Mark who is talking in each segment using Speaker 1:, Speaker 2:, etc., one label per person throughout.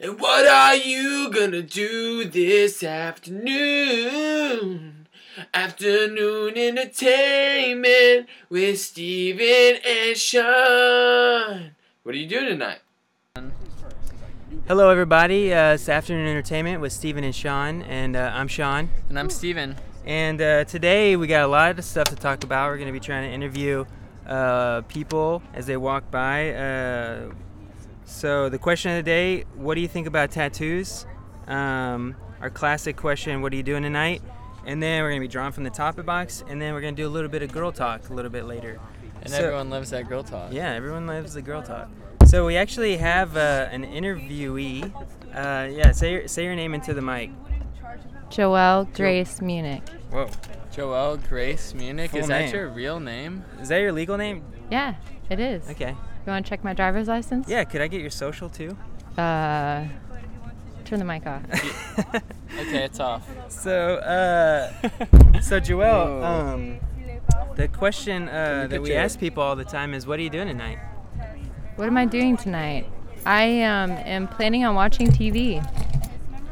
Speaker 1: And what are you gonna do this afternoon? Afternoon entertainment with Steven and Sean. What are you doing tonight?
Speaker 2: Hello, everybody. Uh, it's Afternoon Entertainment with Steven and Sean, and uh, I'm Sean.
Speaker 3: And I'm Steven.
Speaker 2: And uh, today we got a lot of stuff to talk about. We're going to be trying to interview uh, people as they walk by. Uh, so, the question of the day what do you think about tattoos? Um, our classic question what are you doing tonight? And then we're going to be drawn from the topic box, and then we're going to do a little bit of girl talk a little bit later.
Speaker 3: And
Speaker 2: So-
Speaker 3: everyone loves that girl talk.
Speaker 2: Yeah, everyone loves the girl talk. So we actually have uh, an interviewee. Uh, yeah, say your, say your name into the mic.
Speaker 4: Joelle Grace Munich.
Speaker 2: Whoa,
Speaker 3: Joelle Grace Munich.
Speaker 2: Full
Speaker 3: Is that
Speaker 2: name.
Speaker 3: your real name?
Speaker 2: is that your legal name?
Speaker 4: Yeah, it is.
Speaker 2: Okay.
Speaker 4: You want to check my driver's license?
Speaker 2: Yeah, could I get your social too?
Speaker 4: Uh, turn the mic off.
Speaker 3: Okay, it's off.
Speaker 2: so, uh, so Joelle, um, the question uh, that we
Speaker 3: picture.
Speaker 2: ask people all the time is, "What are you doing tonight?"
Speaker 4: what am I doing tonight? I um, am planning on watching TV.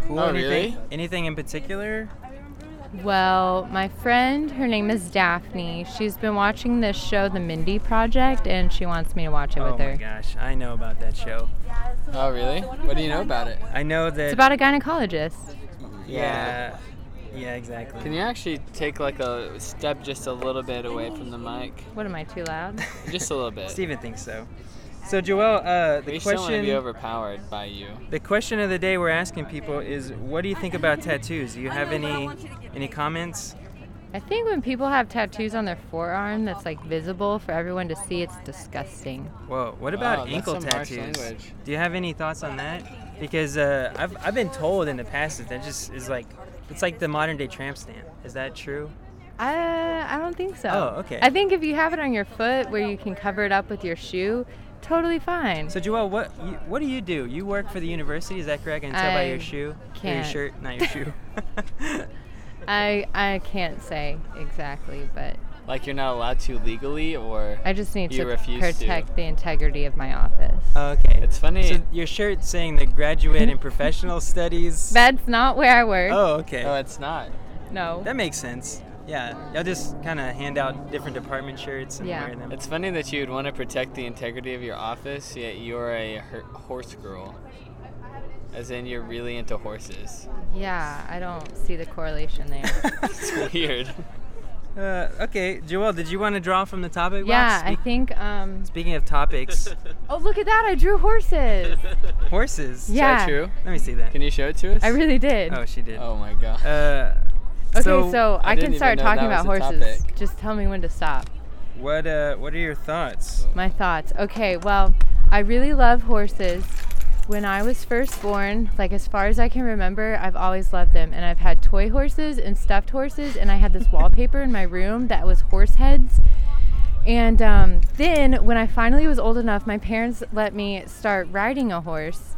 Speaker 2: Cool.
Speaker 3: Oh,
Speaker 2: anything,
Speaker 3: really?
Speaker 2: Anything in particular?
Speaker 4: Well, my friend, her name is Daphne. She's been watching this show, The Mindy Project, and she wants me to watch it
Speaker 2: oh
Speaker 4: with her.
Speaker 2: my gosh, I know about that show.
Speaker 3: Oh, really? What do you know about it?
Speaker 2: I know that.
Speaker 4: It's about a gynecologist.
Speaker 2: yeah. Yeah, exactly.
Speaker 3: Can you actually take like a step just a little bit away from the mic?
Speaker 4: What am I too loud?
Speaker 3: Just a little bit.
Speaker 2: Steven thinks so. So Joelle, uh,
Speaker 3: we
Speaker 2: the
Speaker 3: just don't want to
Speaker 2: question
Speaker 3: be overpowered by you.
Speaker 2: the question of the day we're asking people is, what do you think about tattoos? Do you have any any comments?
Speaker 4: I think when people have tattoos on their forearm that's like visible for everyone to see, it's disgusting.
Speaker 2: Whoa, what
Speaker 3: Wow, Oh,
Speaker 2: about
Speaker 3: that's
Speaker 2: ankle
Speaker 3: some harsh
Speaker 2: tattoos?
Speaker 3: language.
Speaker 2: Do you have any thoughts on that? Because uh, I've, I've been told in the past that that just is like it's like the modern day tramp stamp. Is that true?
Speaker 4: Uh, I don't think so.
Speaker 2: Oh, okay.
Speaker 4: I think if you have it on your foot where you can cover it up with your shoe, totally fine.
Speaker 2: So Joelle, what you, what do you do? You work for the university, is that correct? I can tell by
Speaker 4: I
Speaker 2: your shoe, or your
Speaker 4: can't.
Speaker 2: shirt, not your shoe.
Speaker 4: I I can't say exactly, but
Speaker 3: Like you're not allowed to legally, or
Speaker 4: I just need
Speaker 3: You
Speaker 4: to
Speaker 3: refuse to. Oh.
Speaker 4: protect the integrity of my office.
Speaker 2: okay.
Speaker 3: it's funny.
Speaker 2: So your shirt saying the graduate in professional studies.
Speaker 4: That's not where I work.
Speaker 2: Oh, okay.
Speaker 3: oh, it's not.
Speaker 4: no.
Speaker 2: That makes sense. Yeah, y'all just kind of hand out different department shirts and
Speaker 4: Yeah.
Speaker 2: wear them.
Speaker 3: It's funny that you'd want to protect the integrity of your office, yet you're a her- horse girl. As in, you're really into horses.
Speaker 4: yeah, I don't see the correlation there.
Speaker 3: It's weird.
Speaker 2: Uh, okay, Joelle, did you want to draw from the topic
Speaker 4: yeah,
Speaker 2: box?
Speaker 4: I
Speaker 2: Spe-
Speaker 4: think. Um,
Speaker 2: Speaking of topics,
Speaker 4: oh, look at that! I drew horses.
Speaker 2: horses.
Speaker 4: Yeah.
Speaker 3: Is that true?
Speaker 2: Let me see that.
Speaker 3: Can you show it to us?
Speaker 4: I really did.
Speaker 2: Oh, she did.
Speaker 3: Oh my god.
Speaker 2: Uh,
Speaker 4: okay,
Speaker 2: so,
Speaker 4: so,
Speaker 3: I
Speaker 4: I,
Speaker 3: didn't
Speaker 4: can
Speaker 3: even
Speaker 4: start
Speaker 3: know
Speaker 4: talking
Speaker 3: that
Speaker 4: about
Speaker 3: was a
Speaker 4: horses.
Speaker 3: topic.
Speaker 4: Just tell me when to stop.
Speaker 2: what uh, what are your thoughts?
Speaker 4: My thoughts. Okay, well, I really love horses. When I was first born, like as far as I can remember, I've always loved them. And I've had toy horses and stuffed horses. And I had this wallpaper in my room that was horse heads. And um, then when I finally was old enough, my parents let me start riding a horse.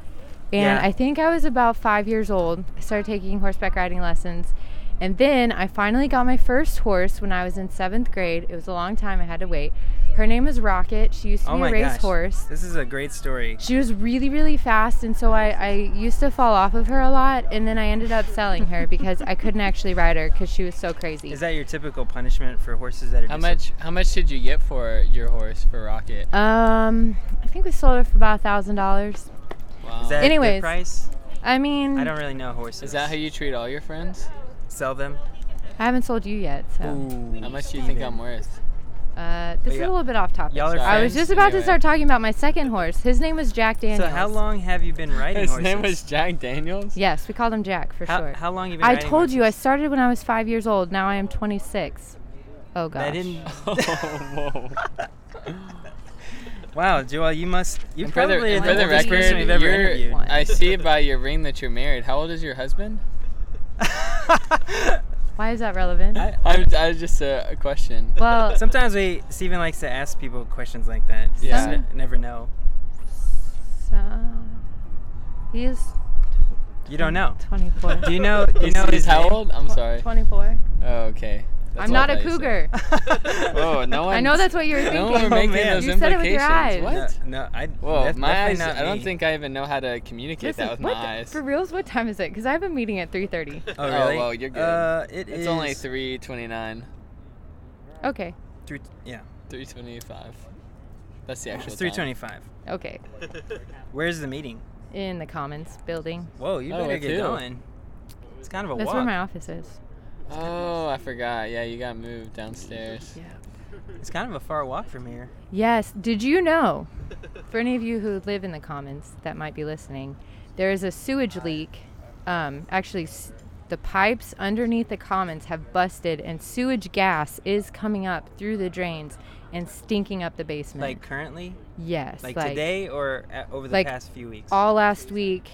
Speaker 4: And
Speaker 2: Yeah.
Speaker 4: I think I was about five years old. I started taking horseback riding lessons. And then I finally got my first horse when I was in seventh grade. It was a long time. I had to wait. Her name is Rocket. She used to
Speaker 2: Oh
Speaker 4: be a
Speaker 2: my gosh.
Speaker 4: racehorse.
Speaker 2: This is a great story.
Speaker 4: She was really, really fast. And so I, I used to fall off of her a lot. And then I ended up selling her because I couldn't actually ride her because she was so crazy.
Speaker 2: Is that your typical punishment for horses that are?
Speaker 3: How
Speaker 2: dis-
Speaker 3: much? How much did you get for your horse for Rocket?
Speaker 4: um, I think we sold her for about a $1,000.
Speaker 3: Wow.
Speaker 2: Is that
Speaker 4: Anyways.
Speaker 2: the price?
Speaker 4: I mean,
Speaker 2: I don't really know horses.
Speaker 3: Is that how you treat all your friends?
Speaker 2: sell them?
Speaker 4: I haven't sold you yet, so
Speaker 3: How much do you think I'm worth?
Speaker 4: uh, this is
Speaker 2: yeah.
Speaker 4: a little bit off topic.
Speaker 2: Y'all are
Speaker 4: I was
Speaker 2: friends
Speaker 4: just about
Speaker 3: anyway.
Speaker 4: to start talking about my second horse. His name was Jack
Speaker 2: So
Speaker 4: Daniels.
Speaker 2: how long have you been riding
Speaker 3: His
Speaker 2: horses?
Speaker 3: name was Jack Daniels.
Speaker 4: Yes, we called him Jack for
Speaker 2: how,
Speaker 4: short.
Speaker 2: how long have you been
Speaker 4: I
Speaker 2: riding
Speaker 4: told you I
Speaker 2: horses?
Speaker 4: started when I was five years old. Now I am 26. Oh
Speaker 2: That
Speaker 4: gosh.
Speaker 2: didn't.
Speaker 3: Oh, whoa.
Speaker 2: Wow, Joel, you must. You
Speaker 3: And for the,
Speaker 2: probably
Speaker 3: and
Speaker 2: are
Speaker 3: for
Speaker 2: the
Speaker 3: the
Speaker 2: oldest person
Speaker 3: record,
Speaker 2: we've ever
Speaker 3: you're,
Speaker 2: interviewed.
Speaker 4: What?
Speaker 3: I see by your ring that you're married. How old is your husband?
Speaker 4: Why is that relevant?
Speaker 2: I-
Speaker 3: I'm, I was just uh, a, a question.
Speaker 4: well,
Speaker 2: Sometimes we Steven likes to ask people questions like that. You
Speaker 3: Yeah.
Speaker 2: just n- never know.
Speaker 4: so, he is
Speaker 2: You don't know.
Speaker 4: 24.
Speaker 2: Do you know? Do you know
Speaker 3: He's
Speaker 2: his
Speaker 3: how
Speaker 2: name?
Speaker 3: old? I'm sorry.
Speaker 4: 24.
Speaker 3: Oh, okay. That's
Speaker 4: I'm not
Speaker 3: all
Speaker 4: a
Speaker 3: that you said.
Speaker 4: cougar.
Speaker 3: Whoa, no one.
Speaker 4: I know that's what you were
Speaker 3: No one
Speaker 4: thinking.
Speaker 3: were making
Speaker 2: Oh, man.
Speaker 3: those
Speaker 4: You said it with your
Speaker 3: implications.
Speaker 2: No,
Speaker 4: eyes.
Speaker 3: What?
Speaker 2: no, I.
Speaker 3: Whoa,
Speaker 2: that's
Speaker 3: my
Speaker 2: definitely
Speaker 3: eyes.
Speaker 2: Not
Speaker 3: I don't
Speaker 2: me.
Speaker 3: think I even know how to communicate
Speaker 4: Listen,
Speaker 3: that with
Speaker 4: what
Speaker 3: my
Speaker 4: the-
Speaker 3: eyes.
Speaker 4: For reals, what time is it? Because I have a meeting at 3:30.
Speaker 2: Oh,
Speaker 3: Oh,
Speaker 2: really?
Speaker 3: well, you're good.
Speaker 2: Uh, it
Speaker 3: it's only
Speaker 2: is
Speaker 3: three twenty-nine,
Speaker 4: Okay,
Speaker 2: three- Yeah,
Speaker 3: three twenty-five. That's the actual.
Speaker 2: it's
Speaker 3: time.
Speaker 2: three twenty-five.
Speaker 4: okay.
Speaker 2: Where's the meeting?
Speaker 4: In the Commons building.
Speaker 2: Whoa, you
Speaker 3: Oh,
Speaker 2: better
Speaker 3: we're
Speaker 2: get
Speaker 3: two.
Speaker 2: going. It's kind of a
Speaker 4: That's
Speaker 2: walk.
Speaker 4: where my office is.
Speaker 3: Oh, I forgot. Yeah, you got moved downstairs.
Speaker 4: Yeah.
Speaker 2: it's kind of a far walk from here.
Speaker 4: Yes. Did you know, for any of you who live in the Commons that might be listening, there is a sewage leak. Um, actually, s- the pipes underneath the Commons have busted, and sewage gas is coming up through the drains and stinking up the basement.
Speaker 2: Like currently,
Speaker 4: yes,
Speaker 2: like, today, or a over the
Speaker 4: like,
Speaker 2: past few weeks.
Speaker 4: all last week,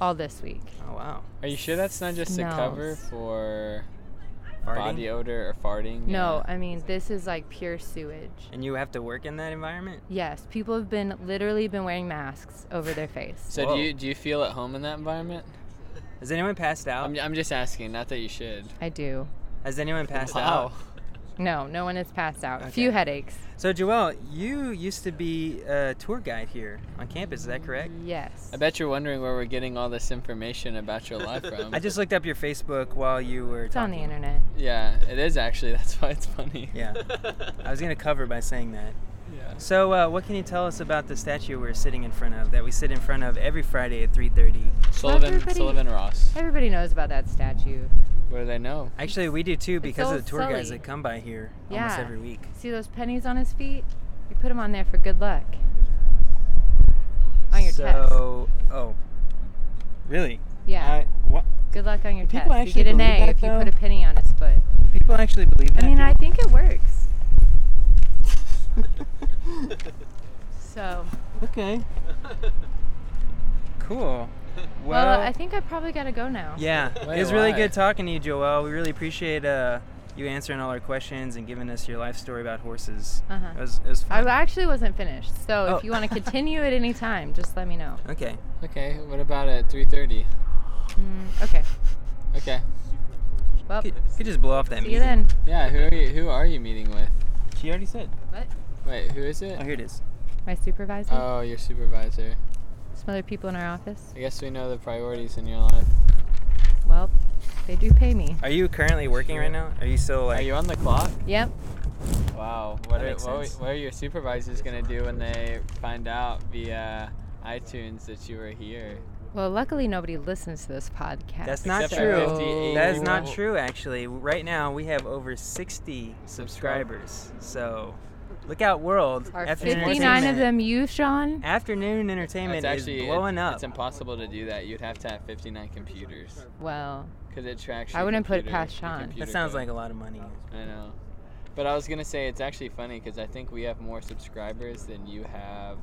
Speaker 4: all this week.
Speaker 2: oh wow,
Speaker 3: Are you sure that's not just a cover
Speaker 4: Smells.
Speaker 3: for
Speaker 2: farting.
Speaker 3: body odor or farting?
Speaker 4: No,
Speaker 3: Yeah.
Speaker 4: I mean this is like pure sewage.
Speaker 2: And you have to work in that environment.
Speaker 4: Yes, people have been literally been wearing masks over their face.
Speaker 3: So
Speaker 2: Whoa.
Speaker 3: do you do you feel at home in that environment?
Speaker 2: Has anyone passed out?
Speaker 3: I'm, I'm just asking. Not that you should.
Speaker 4: I do.
Speaker 2: Has anyone passed out?
Speaker 4: No, no one has passed out.
Speaker 2: Okay.
Speaker 4: Few headaches.
Speaker 2: So Joelle, you used to be a tour guide here on campus. Is that correct?
Speaker 4: Yes.
Speaker 3: I bet you're wondering where we're getting all this information about your life from.
Speaker 2: I just looked up your Facebook while you were
Speaker 4: It's on the
Speaker 2: talking.
Speaker 4: internet.
Speaker 3: yeah, it is actually. That's why it's funny.
Speaker 2: Yeah. I was gonna cover by saying that.
Speaker 3: Yeah.
Speaker 2: So, uh, what can you tell us about the statue we're sitting in front of? That we sit in front of every Friday at 3:30.
Speaker 3: Sullivan
Speaker 4: everybody-
Speaker 3: Sullivan Ross.
Speaker 4: Everybody knows about that statue.
Speaker 3: What do they know?
Speaker 2: Actually, we do too because of
Speaker 4: old
Speaker 2: the tour guides
Speaker 4: Sully.
Speaker 2: that come by here almost
Speaker 4: Yeah.
Speaker 2: every week.
Speaker 4: See those pennies on his feet? You put them on there for good luck. On your test.
Speaker 2: So, oh, really?
Speaker 4: Yeah.
Speaker 2: I, wha-
Speaker 4: good luck on your
Speaker 2: do
Speaker 4: test.
Speaker 2: people
Speaker 4: You get
Speaker 2: actually
Speaker 4: an
Speaker 2: believe
Speaker 4: A
Speaker 2: that,
Speaker 4: if you
Speaker 2: though?
Speaker 4: put a penny on his foot.
Speaker 2: people actually believe that.
Speaker 4: I mean, I think it works. So,
Speaker 2: okay. cool. Well,
Speaker 4: well, I think I probably gotta go now.
Speaker 2: yeah,
Speaker 3: Wait,
Speaker 2: it was really
Speaker 3: why?
Speaker 2: good talking to you, Joel. We really appreciate uh, you answering all our questions and giving us your life story about horses.
Speaker 4: Uh-huh.
Speaker 2: It was, it was
Speaker 4: I
Speaker 2: fun.
Speaker 4: actually wasn't finished. So,
Speaker 2: Oh.
Speaker 4: if you want to continue at any time, just let me know.
Speaker 2: okay.
Speaker 3: Okay. What about at 3:30?
Speaker 4: Mm, okay.
Speaker 3: Okay.
Speaker 4: Well,
Speaker 2: Could, could just blow off that
Speaker 4: see you
Speaker 2: meeting.
Speaker 4: then.
Speaker 3: Yeah. Who are you? Who are you meeting with?
Speaker 2: She already said.
Speaker 4: What?
Speaker 3: Wait. Who is
Speaker 2: Oh,
Speaker 3: it?
Speaker 2: here it is.
Speaker 4: My supervisor.
Speaker 3: Oh, your supervisor.
Speaker 4: Some other people in our office.
Speaker 3: I guess we know the priorities in your life.
Speaker 4: Well, they do pay me.
Speaker 2: Are you currently working right now? Are you still like?
Speaker 3: Are you on the clock?
Speaker 4: Yep.
Speaker 3: Wow. What
Speaker 2: That
Speaker 3: are,
Speaker 2: makes
Speaker 3: what,
Speaker 2: sense.
Speaker 3: are- what are your supervisors gonna do when they find out via iTunes that you were here?
Speaker 4: Well, luckily nobody listens to this podcast.
Speaker 2: That's not
Speaker 3: Except
Speaker 2: true.
Speaker 3: for 58
Speaker 2: That is not
Speaker 3: people.
Speaker 2: true, actually. Right now, we have over 60 subscribers. So, look out, world.
Speaker 4: Are
Speaker 2: Afternoon
Speaker 4: 59 of
Speaker 2: entertainment-
Speaker 4: them you, Sean?
Speaker 2: Afternoon entertainment
Speaker 3: That's actually
Speaker 2: is blowing
Speaker 3: it's,
Speaker 2: up.
Speaker 3: It's impossible to do that. You'd have to have 59 computers
Speaker 4: Well,
Speaker 3: because it tracks.
Speaker 4: I
Speaker 3: your
Speaker 4: wouldn't put it
Speaker 3: computer- your
Speaker 4: past Sean. That
Speaker 3: computer
Speaker 2: that sounds
Speaker 3: code.
Speaker 2: like a lot of money.
Speaker 3: I know. But I was gonna say it's actually funny because I think we have more subscribers than you have.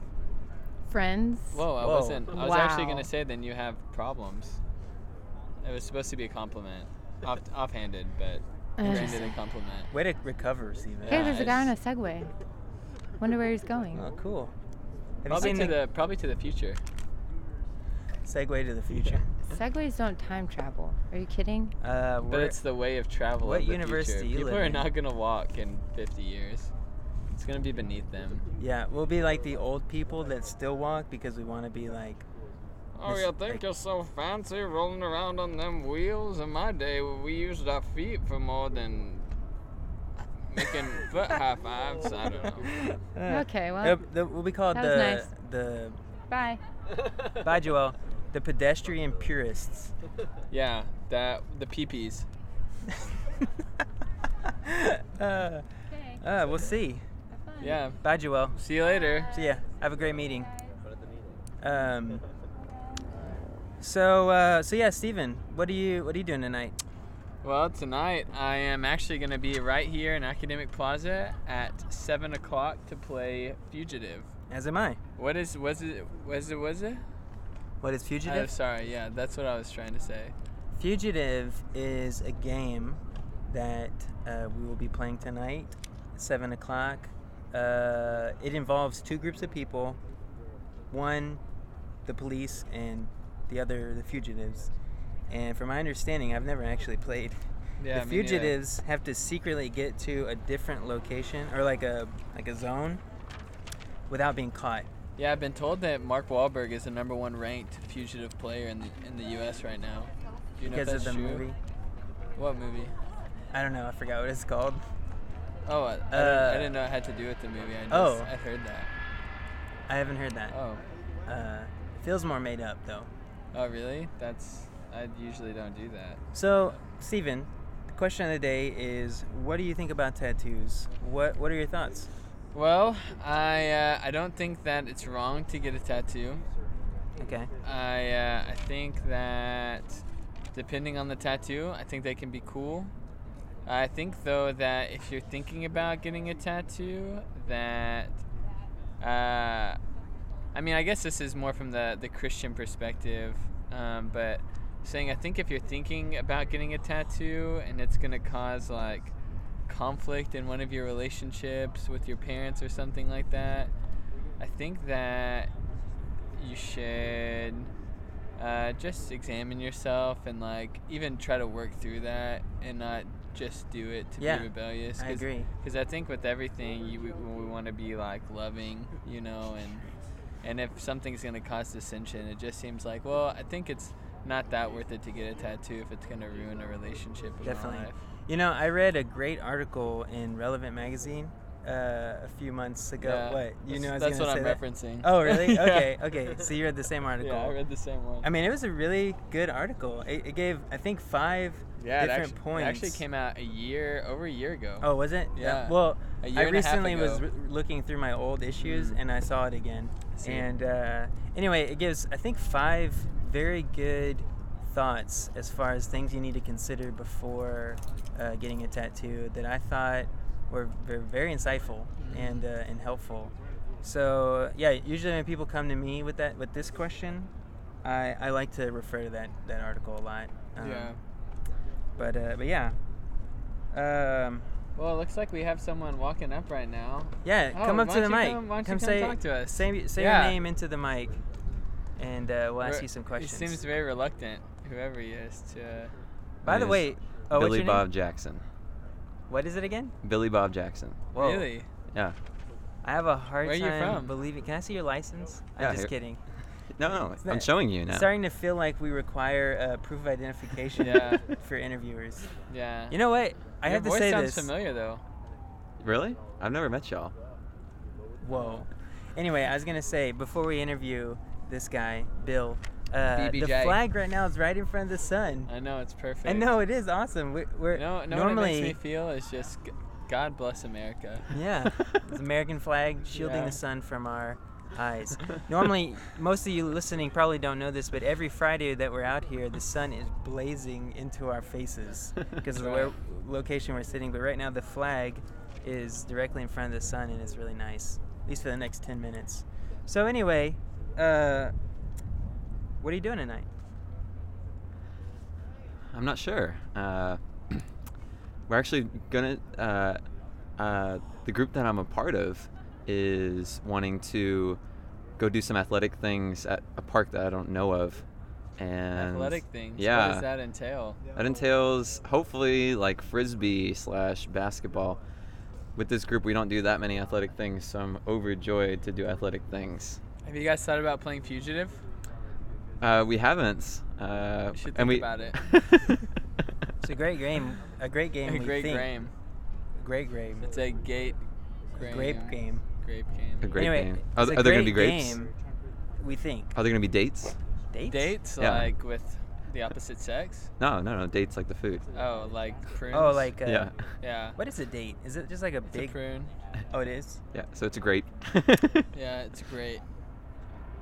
Speaker 4: friends.
Speaker 3: Whoa, I
Speaker 2: Whoa.
Speaker 3: wasn't. I was actually
Speaker 4: Wow.
Speaker 3: gonna say than you have problems. It was supposed to be a compliment, off offhanded, but turned
Speaker 4: Ugh.
Speaker 3: into a compliment.
Speaker 2: Way to recover, Steven.
Speaker 4: Uh, hey, there's a guy on a
Speaker 3: guys.
Speaker 4: Segway. Wonder where he's going.
Speaker 2: Oh, cool. Have you
Speaker 3: Probably
Speaker 2: seen
Speaker 3: to
Speaker 2: the,
Speaker 3: the probably to the future.
Speaker 2: segue to the future?
Speaker 4: Segways don't time travel. Are you kidding?
Speaker 2: Uh,
Speaker 3: But
Speaker 2: we're-
Speaker 3: it's the way of travel.
Speaker 2: what
Speaker 3: of the
Speaker 2: universe
Speaker 3: future.
Speaker 2: do you
Speaker 3: People
Speaker 2: live
Speaker 3: are
Speaker 2: in?
Speaker 3: not gonna walk in 50 years. It's gonna be beneath them.
Speaker 2: yeah, we'll be like the old people that still walk because we want to be like.
Speaker 3: Oh, you
Speaker 2: This-
Speaker 3: think
Speaker 2: like-
Speaker 3: you're so fancy rolling around on them wheels? In my day, we used our feet for more than making foot high fives. I don't know.
Speaker 2: Uh,
Speaker 4: okay, well,
Speaker 2: it'll- the- we'll be called
Speaker 4: that
Speaker 2: the
Speaker 4: was nice.
Speaker 2: the
Speaker 4: bye.
Speaker 2: Bye, Joel. The pedestrian purists.
Speaker 3: Yeah, that the peepees.
Speaker 2: uh,
Speaker 4: Okay,
Speaker 2: uh, we'll see.
Speaker 4: have fun.
Speaker 3: Yeah.
Speaker 2: Bye, Joel.
Speaker 3: See you later.
Speaker 2: So yeah, have a great meeting. Um. So uh, so yeah, Steven, what are you what are you doing tonight?
Speaker 3: Well, tonight I am actually going to be right here in Academic Plaza at seven o'clock to play Fugitive.
Speaker 2: As am I.
Speaker 3: What is was it was it was it?
Speaker 2: What is
Speaker 3: I'm
Speaker 2: fugitive?
Speaker 3: sorry. Yeah, that's what I was trying to say.
Speaker 2: Fugitive is a game that uh, we will be playing tonight, at seven o'clock. Uh, it involves two groups of people, one, the police, and the other, the fugitives. And from my understanding, I've never actually played
Speaker 3: Yeah,
Speaker 2: the
Speaker 3: me neither.
Speaker 2: fugitives have to secretly get to a different location or like a like a zone without being caught.
Speaker 3: Yeah, I've been told that Mark Wahlberg is the number one ranked fugitive player in the, in the U.S. right now. Do you know if
Speaker 2: because of the
Speaker 3: that's true?
Speaker 2: movie.
Speaker 3: What movie?
Speaker 2: I don't know. I forgot what it's called.
Speaker 3: Oh, I, I didn't,
Speaker 2: Uh,
Speaker 3: I didn't know it had to do with the movie. I just,
Speaker 2: oh.
Speaker 3: I heard that.
Speaker 2: I haven't heard that.
Speaker 3: Oh,
Speaker 2: Uh, feels more made up though.
Speaker 3: oh, really? That's I usually don't do that.
Speaker 2: So, Steven, the question of the day is: What do you think about tattoos? What What are your thoughts?
Speaker 3: Well, I uh, I don't think that it's wrong to get a tattoo.
Speaker 2: Okay.
Speaker 3: I uh, I think that depending on the tattoo, I think they can be cool. I think though that if you're thinking about getting a tattoo, that uh, I mean, I guess this is more from the the Christian perspective, um, but saying I think if you're thinking about getting a tattoo and it's gonna cause like conflict in one of your relationships with your parents or something like that, I think that you should uh, just examine yourself and like even try to work through that and not just do it to
Speaker 2: Yeah,
Speaker 3: be rebellious.
Speaker 2: I
Speaker 3: 'cause-
Speaker 2: agree.
Speaker 3: because I think with everything, you we, we want to be like loving, you know, and and if something's gonna cause dissension, it just seems like well, I think it's not that worth it to get a tattoo if it's gonna ruin a relationship. in my
Speaker 2: Definitely.
Speaker 3: life.
Speaker 2: You know, I read a great article in Relevant Magazine uh, a few months ago.
Speaker 3: Yeah.
Speaker 2: What you
Speaker 3: that's,
Speaker 2: know? I was
Speaker 3: That's
Speaker 2: gonna
Speaker 3: what
Speaker 2: say
Speaker 3: I'm
Speaker 2: that.
Speaker 3: referencing.
Speaker 2: Oh, really?
Speaker 3: Yeah.
Speaker 2: Okay. Okay. So you read the same article.
Speaker 3: Yeah, I read the same one.
Speaker 2: I mean, it was a really good article. It, it gave, I think, five
Speaker 3: yeah, it
Speaker 2: different
Speaker 3: actu-
Speaker 2: points.
Speaker 3: It actually came out a year over a year ago.
Speaker 2: Oh, was it?
Speaker 3: Yeah.
Speaker 2: Well,
Speaker 3: A
Speaker 2: I
Speaker 3: year and a half
Speaker 2: recently was
Speaker 3: ago.
Speaker 2: re- looking through my old issues
Speaker 3: Mm.
Speaker 2: and I saw it again.
Speaker 3: see.
Speaker 2: And uh, anyway, it gives, I think, five very good thoughts as far as things you need to consider before uh, getting a tattoo that I thought were ve- very insightful
Speaker 3: Mm-hmm.
Speaker 2: and uh, and helpful. So yeah, usually when people come to me with that with this question, I, I like to refer to that, that article a lot. Um,
Speaker 3: yeah.
Speaker 2: But uh, but yeah. Um,
Speaker 3: Well, it looks like we have someone walking up right now.
Speaker 2: yeah,
Speaker 3: Oh,
Speaker 2: come up
Speaker 3: why
Speaker 2: to the
Speaker 3: don't you
Speaker 2: mic.
Speaker 3: come- why don't you come
Speaker 2: say,
Speaker 3: talk to us?
Speaker 2: Say, say
Speaker 3: Yeah.
Speaker 2: your name into the mic, and uh, we'll ask
Speaker 3: We're-
Speaker 2: you some questions.
Speaker 3: He seems very reluctant, whoever he is, to. uh,
Speaker 2: By the
Speaker 5: is
Speaker 2: way, oh, what's
Speaker 5: Billy
Speaker 2: your
Speaker 5: Bob
Speaker 2: Name?
Speaker 5: Jackson.
Speaker 2: What is it again?
Speaker 5: Billy Bob Jackson.
Speaker 2: Whoa,
Speaker 3: Really?
Speaker 2: I have a hard
Speaker 3: Where you
Speaker 2: time
Speaker 3: from?
Speaker 2: believing. Can I see your license?
Speaker 5: Yeah,
Speaker 2: I'm just
Speaker 5: here-
Speaker 2: kidding.
Speaker 5: No, no,
Speaker 2: It's
Speaker 5: I'm
Speaker 2: not-
Speaker 5: showing you now.
Speaker 2: It's starting to feel like we require uh, proof of identification
Speaker 3: Yeah.
Speaker 2: for interviewers.
Speaker 3: Yeah.
Speaker 2: You know what? I
Speaker 3: Your
Speaker 2: have to
Speaker 3: voice
Speaker 2: say
Speaker 3: sounds
Speaker 2: this.
Speaker 3: familiar though.
Speaker 5: Really? I've never met y'all.
Speaker 2: Whoa. Anyway, I was gonna say before we interview this guy, Bill. Uh, the
Speaker 3: BBJ.
Speaker 2: flag right now is right in front of the sun.
Speaker 3: I know it's perfect.
Speaker 2: I know it is awesome. We, we're
Speaker 3: You know, you know what it
Speaker 2: normally
Speaker 3: makes me feel is just g- God bless America.
Speaker 2: Yeah, the American flag shielding
Speaker 3: Yeah.
Speaker 2: the sun from our eyes. Normally, most of you listening probably don't know this, but every Friday that we're out here, the sun is blazing into our faces because of the
Speaker 3: Right.
Speaker 2: lo- location we're sitting. But right now, the flag is directly in front of the sun, and it's really nice, at least for the next 10 minutes. So, anyway, uh, what are you doing tonight?
Speaker 5: I'm not sure. Uh, we're actually gonna. Uh, uh, the group that I'm a part of is wanting to go do some athletic things at a park that I don't know of, and
Speaker 3: Athletic things. What
Speaker 5: yeah.
Speaker 3: does that entail?
Speaker 5: That entails hopefully like frisbee slash basketball. With this group, we don't do that many athletic things, so I'm overjoyed to do athletic things.
Speaker 3: Have you guys thought about playing fugitive?
Speaker 5: Uh, we haven't. Uh,
Speaker 3: We should think
Speaker 5: and we,
Speaker 3: about it.
Speaker 2: It's a great game. A great game.
Speaker 3: a
Speaker 2: we
Speaker 3: great
Speaker 2: think.
Speaker 3: game.
Speaker 2: Great game.
Speaker 3: It's a gate.
Speaker 2: A grape game.
Speaker 3: Grape game.
Speaker 5: A grape
Speaker 2: anyway,
Speaker 5: game. Are,
Speaker 2: It's a
Speaker 5: are there gonna
Speaker 2: great
Speaker 5: be grapes?
Speaker 2: game, we think.
Speaker 5: Are there gonna be dates?
Speaker 2: Dates?
Speaker 3: Dates
Speaker 5: Yeah.
Speaker 3: like with the opposite sex.
Speaker 5: No, no, no. Dates like the food.
Speaker 3: Oh, like prunes.
Speaker 2: Oh, like uh,
Speaker 5: yeah,
Speaker 3: yeah.
Speaker 2: What is a date? Is it just like a
Speaker 3: It's
Speaker 2: big?
Speaker 3: a prune.
Speaker 2: oh, it is.
Speaker 5: yeah. So it's a grape.
Speaker 3: Yeah, it's great.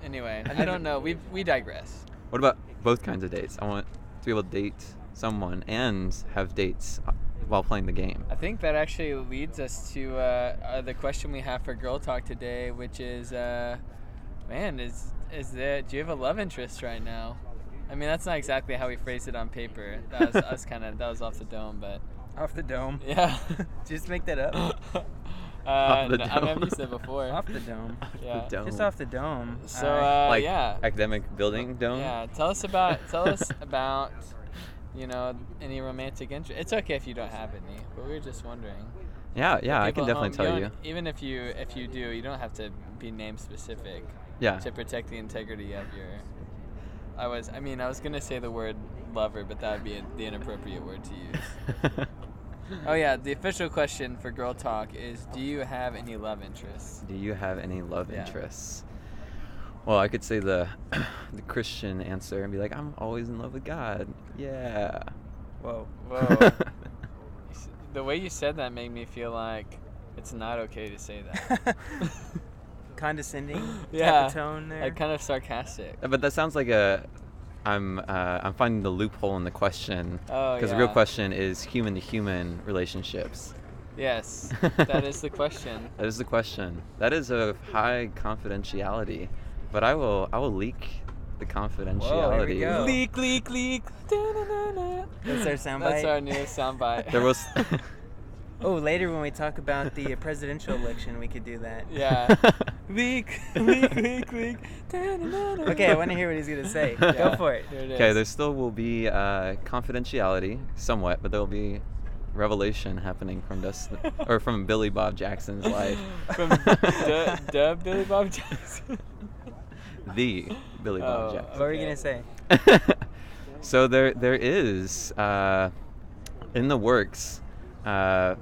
Speaker 3: Anyway,
Speaker 2: I've
Speaker 3: I
Speaker 2: never-
Speaker 3: don't know. We we digress.
Speaker 5: What about both kinds of dates? I want to be able to date someone and have dates uh, while playing the game.
Speaker 3: I think that actually leads us to uh, uh, the question we have for Girl Talk today, which is, uh, man, is is there? Do you have a love interest right now? I mean, that's not exactly how we phrased it on paper. That was us kind of that was off the dome, but
Speaker 2: Off the dome.
Speaker 3: yeah.
Speaker 2: Just make that up.
Speaker 3: Uh,
Speaker 5: the
Speaker 3: no, I've never
Speaker 5: dome.
Speaker 3: used it before.
Speaker 2: off the dome.
Speaker 3: Yeah.
Speaker 5: The
Speaker 2: Just
Speaker 5: dome.
Speaker 2: off the dome.
Speaker 3: So
Speaker 2: I-
Speaker 3: uh,
Speaker 5: like
Speaker 3: yeah,
Speaker 5: academic building dome.
Speaker 3: yeah. Tell us about tell us about you know, any romantic interest. It's okay if you don't have any, but we were just wondering.
Speaker 5: Yeah, yeah, I can
Speaker 3: People at home,
Speaker 5: definitely tell you.
Speaker 3: don't- Even if you if you do, you don't have to be name specific
Speaker 5: Yeah.
Speaker 3: to protect the integrity of your. I was. I mean, I was gonna say the word lover, but that would be the inappropriate word to use. Oh yeah, the official question for Girl Talk is: Do you have any love interests?
Speaker 5: Do you have any love
Speaker 3: Yeah.
Speaker 5: interests? Well, I could say the the Christian answer and be like, I'm always in love with God. Yeah.
Speaker 2: Whoa.
Speaker 3: Whoa, the way you said that made me feel like it's not okay to say that.
Speaker 2: Condescending type
Speaker 3: Yeah,
Speaker 2: of tone there.
Speaker 3: like kind of sarcastic.
Speaker 5: but that sounds like a I'm uh, I'm finding the loophole in the question
Speaker 3: Oh
Speaker 5: the real
Speaker 3: yeah.
Speaker 5: question is human to human relationships.
Speaker 3: Yes, that is the question.
Speaker 5: That is the question. That is of high confidentiality, but I will I will leak the confidentiality.
Speaker 2: go.
Speaker 3: Leak, leak, leak. Da-na-na-na.
Speaker 2: That's our soundbite.
Speaker 3: That's our new soundbite.
Speaker 5: There was
Speaker 2: Oh, later when we talk about the uh, presidential election, we could do that.
Speaker 3: yeah. Leak, leak, leak, leak. Da-na-na-na.
Speaker 2: Okay, I want to hear what he's gonna say.
Speaker 5: Yeah.
Speaker 2: Go for it.
Speaker 3: Here it
Speaker 5: Okay,
Speaker 3: is.
Speaker 5: there still will be uh, confidentiality somewhat, but there will be revelation happening from Dustin or from Billy Bob Jackson's life.
Speaker 3: From duh, duh, Billy Bob Jackson.
Speaker 5: the Billy Bob
Speaker 3: Oh,
Speaker 2: What
Speaker 5: Jackson.
Speaker 2: were you
Speaker 3: Okay.
Speaker 2: gonna say?
Speaker 5: so there there is uh, in the works uh,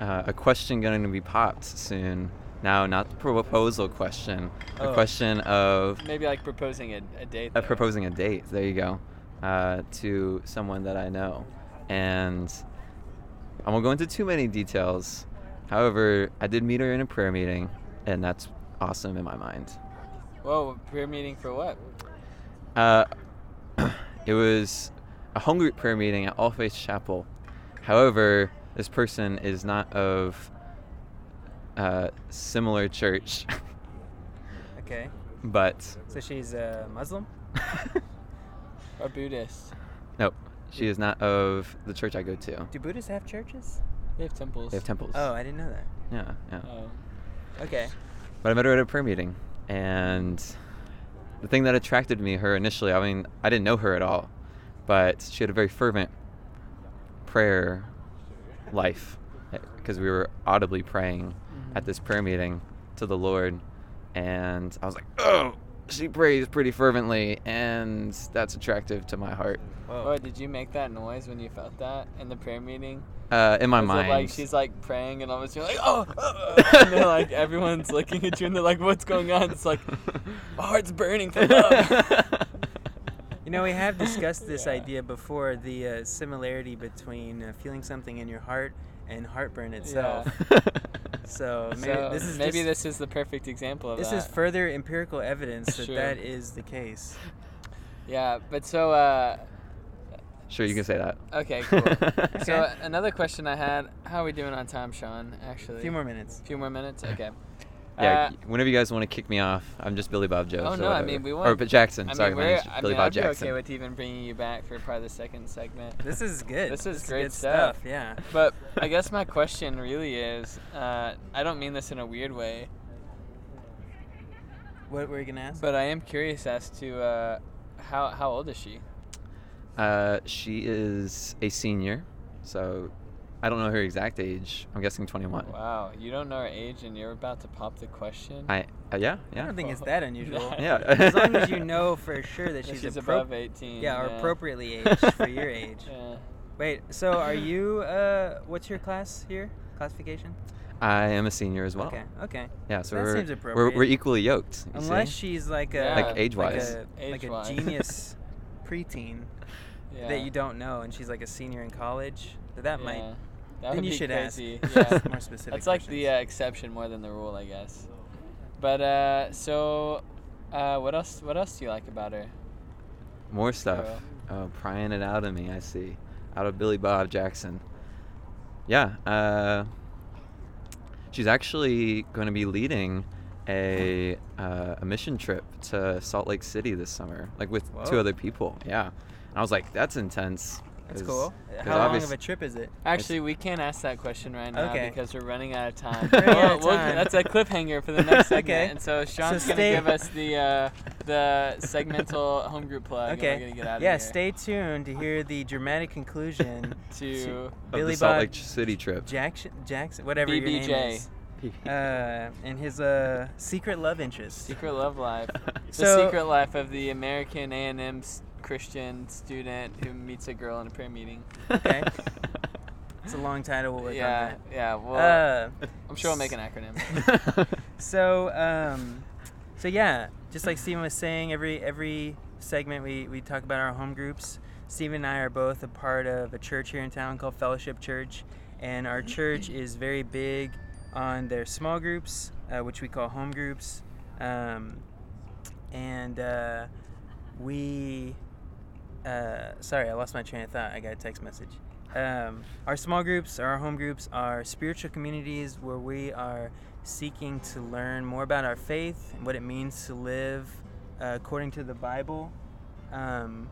Speaker 5: uh, a question going to be popped soon. Now, not the proposal question, a
Speaker 2: Oh.
Speaker 5: question of
Speaker 3: Maybe like proposing a, a date.
Speaker 5: uh,
Speaker 3: though.
Speaker 5: proposing a date. There you go, uh, to someone that I know, and I won't go into too many details. However, I did meet her in a prayer meeting, and that's awesome in my mind.
Speaker 3: Whoa, prayer meeting for what?
Speaker 5: Uh, it was a home group prayer meeting at All Faith Chapel. However, this person is not of uh, similar church,
Speaker 2: Okay,
Speaker 5: but
Speaker 2: so she's uh, Muslim.
Speaker 3: Or Buddhist?
Speaker 5: no, she is not of the church I go to.
Speaker 2: Do Buddhists have churches?
Speaker 3: They have temples.
Speaker 5: They have temples.
Speaker 2: Oh, I didn't know that.
Speaker 5: Yeah, yeah.
Speaker 3: Oh.
Speaker 2: Okay.
Speaker 5: But I met her at a prayer meeting, and the thing that attracted me her initially, I mean, I didn't know her at all, but she had a very fervent prayer life because we were audibly praying at this prayer meeting to the Lord, and I was like, oh, she prays pretty fervently, and that's attractive to my heart.
Speaker 3: Oh, did you make that noise when you felt that in the prayer meeting?
Speaker 5: Uh, in my
Speaker 3: Was it
Speaker 5: mind,
Speaker 3: like she's like praying and all of a sudden you're like, oh, oh, oh," and they're like everyone's looking at you and they're like, what's going on? It's like my heart's burning for love.
Speaker 2: You know, we have discussed this
Speaker 3: Yeah.
Speaker 2: idea before the uh, similarity between uh, feeling something in your heart and heartburn itself. So maybe
Speaker 3: so
Speaker 2: this is
Speaker 3: maybe
Speaker 2: just-
Speaker 3: this is the perfect example of
Speaker 2: This
Speaker 3: that.
Speaker 2: is further empirical evidence that
Speaker 3: Sure.
Speaker 2: that is the case.
Speaker 3: yeah, but so uh,
Speaker 5: sure, you can say that.
Speaker 3: okay, cool. So
Speaker 2: Okay.
Speaker 3: another question I had: How are we doing on time, Sean? Actually,
Speaker 2: A few more minutes.
Speaker 3: few more minutes. Okay.
Speaker 5: Yeah,
Speaker 3: Uh,
Speaker 5: whenever you guys want to kick me off, I'm just Billy Bob Joe.
Speaker 3: Oh,
Speaker 5: so
Speaker 3: no, I
Speaker 5: whatever.
Speaker 3: mean, we
Speaker 5: Or
Speaker 3: want-
Speaker 5: but Jackson.
Speaker 3: I
Speaker 5: sorry,
Speaker 3: mean,
Speaker 5: my
Speaker 3: we're,
Speaker 5: name's
Speaker 3: I
Speaker 5: Billy
Speaker 3: mean,
Speaker 5: Bob
Speaker 3: I'd be
Speaker 5: Jackson.
Speaker 3: okay with even bringing you back for part of the second segment.
Speaker 2: This is good.
Speaker 3: This is great
Speaker 2: good
Speaker 3: stuff.
Speaker 2: Yeah.
Speaker 3: But I guess my question really is: uh, I don't mean this in a weird way,
Speaker 2: What were you gonna ask?
Speaker 3: but I am curious as to uh, how how old is she?
Speaker 5: Uh, she is a senior, so I don't know her exact age. I'm guessing 21.
Speaker 3: Wow, you don't know her age, and you're about to pop the question.
Speaker 5: I uh, yeah
Speaker 2: I
Speaker 5: yeah
Speaker 2: don't think it's that unusual.
Speaker 5: yeah.
Speaker 2: as long as you know for sure that
Speaker 3: That
Speaker 2: she's,
Speaker 3: she's above
Speaker 2: appropriate.
Speaker 3: eighteen.
Speaker 2: Yeah, or appropriately aged for your age.
Speaker 3: Yeah.
Speaker 2: Wait, so are you? Uh, what's your class here? Classification?
Speaker 5: I am a senior as well.
Speaker 2: okay. Okay.
Speaker 5: Yeah, so
Speaker 2: That
Speaker 5: we're,
Speaker 2: seems
Speaker 5: we're
Speaker 2: appropriate.
Speaker 5: we're equally yoked. You
Speaker 2: Unless
Speaker 5: see?
Speaker 2: she's like a
Speaker 3: Yeah. Like
Speaker 5: age-wise.
Speaker 2: like a, like a
Speaker 3: Age-wise.
Speaker 2: genius preteen
Speaker 3: Yeah.
Speaker 2: that you don't know, and she's like a senior in college. That that
Speaker 3: Yeah.
Speaker 2: might.
Speaker 3: That
Speaker 2: then
Speaker 3: would
Speaker 2: you
Speaker 3: be
Speaker 2: should
Speaker 3: crazy.
Speaker 2: ask
Speaker 3: Yeah.
Speaker 2: more specific.
Speaker 3: That's like the
Speaker 2: questions.
Speaker 3: uh, exception more than the rule, I guess. But uh, so, uh, what else? What else do you like about her?
Speaker 5: more stuff. Oh, prying it out of me. I see. Out of Billy Bob Jackson. Yeah. Uh, she's actually going to be leading a uh, a mission trip to Salt Lake City this summer, like with two
Speaker 2: Whoa.
Speaker 5: other people. Yeah. And I was like, that's intense.
Speaker 2: That's
Speaker 5: 'cause-
Speaker 2: cool.
Speaker 5: 'cause
Speaker 2: How long of
Speaker 5: obvious-
Speaker 2: a trip is it?
Speaker 3: Actually, we can't ask that question right now
Speaker 2: Okay.
Speaker 3: because we're running out of time.
Speaker 2: Running
Speaker 3: Well,
Speaker 2: out of
Speaker 3: we'll-
Speaker 2: time.
Speaker 3: That's a cliffhanger for the next segment.
Speaker 2: Okay.
Speaker 3: And so Sean's gonna
Speaker 2: stay-
Speaker 3: give us the uh, the segmental home group plug.
Speaker 2: Okay.
Speaker 3: And we're gonna get out
Speaker 2: yeah,
Speaker 3: of here
Speaker 2: stay tuned to hear the dramatic conclusion.
Speaker 3: to
Speaker 5: of
Speaker 2: Billy
Speaker 5: the Salt
Speaker 2: Bob
Speaker 5: Lake City trip.
Speaker 2: Jackson, Jackson, whatever your name
Speaker 3: BBJ.
Speaker 2: is, uh, and his uh, secret love interest.
Speaker 3: Secret Love Life, the
Speaker 2: So-
Speaker 3: secret life of the American A&M s- Christian student who meets a girl in a prayer meeting.
Speaker 2: Okay. It's a long title. We'll work
Speaker 3: yeah, yeah.
Speaker 2: on
Speaker 3: Well,
Speaker 2: that. Uh,
Speaker 3: I'm sure we'll make an acronym.
Speaker 2: so, um, so yeah, just like Steven was saying, every every segment we we talk about our home groups. Steven and I are both a part of a church here in town called Fellowship Church, and our church is very big on their small groups, uh, which we call home groups, um, and uh, we. Uh, sorry, I lost my train of thought. I got a text message. Um, our small groups, our home groups, are spiritual communities where we are seeking to learn more about our faith and what it means to live uh, according to the Bible um,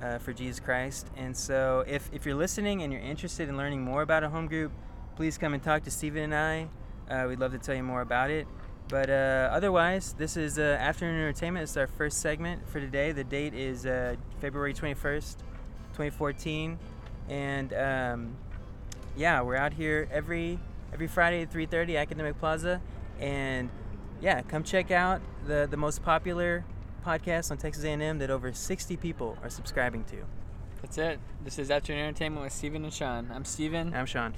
Speaker 2: uh, for Jesus Christ. And so, if, if you're listening and you're interested in learning more about a home group, please come and talk to Steven and I. Uh, we'd love to tell you more about it. But uh, otherwise, this is uh, Afternoon Entertainment. It's our first segment for today. The date is uh, February 21st, 2014. And um, yeah, we're out here every every Friday at 3:30 Academic Plaza, and yeah, come check out the the most popular podcast on Texas A&M that over 60 people are subscribing to.
Speaker 3: That's it. This is Afternoon Entertainment with Steven and Sean. I'm Steven. What
Speaker 2: I'm Sean.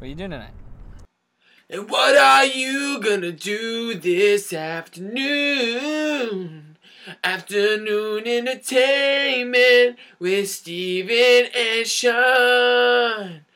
Speaker 3: are you doing tonight?
Speaker 1: And what are you gonna do this afternoon? Afternoon entertainment with Steven and Sean.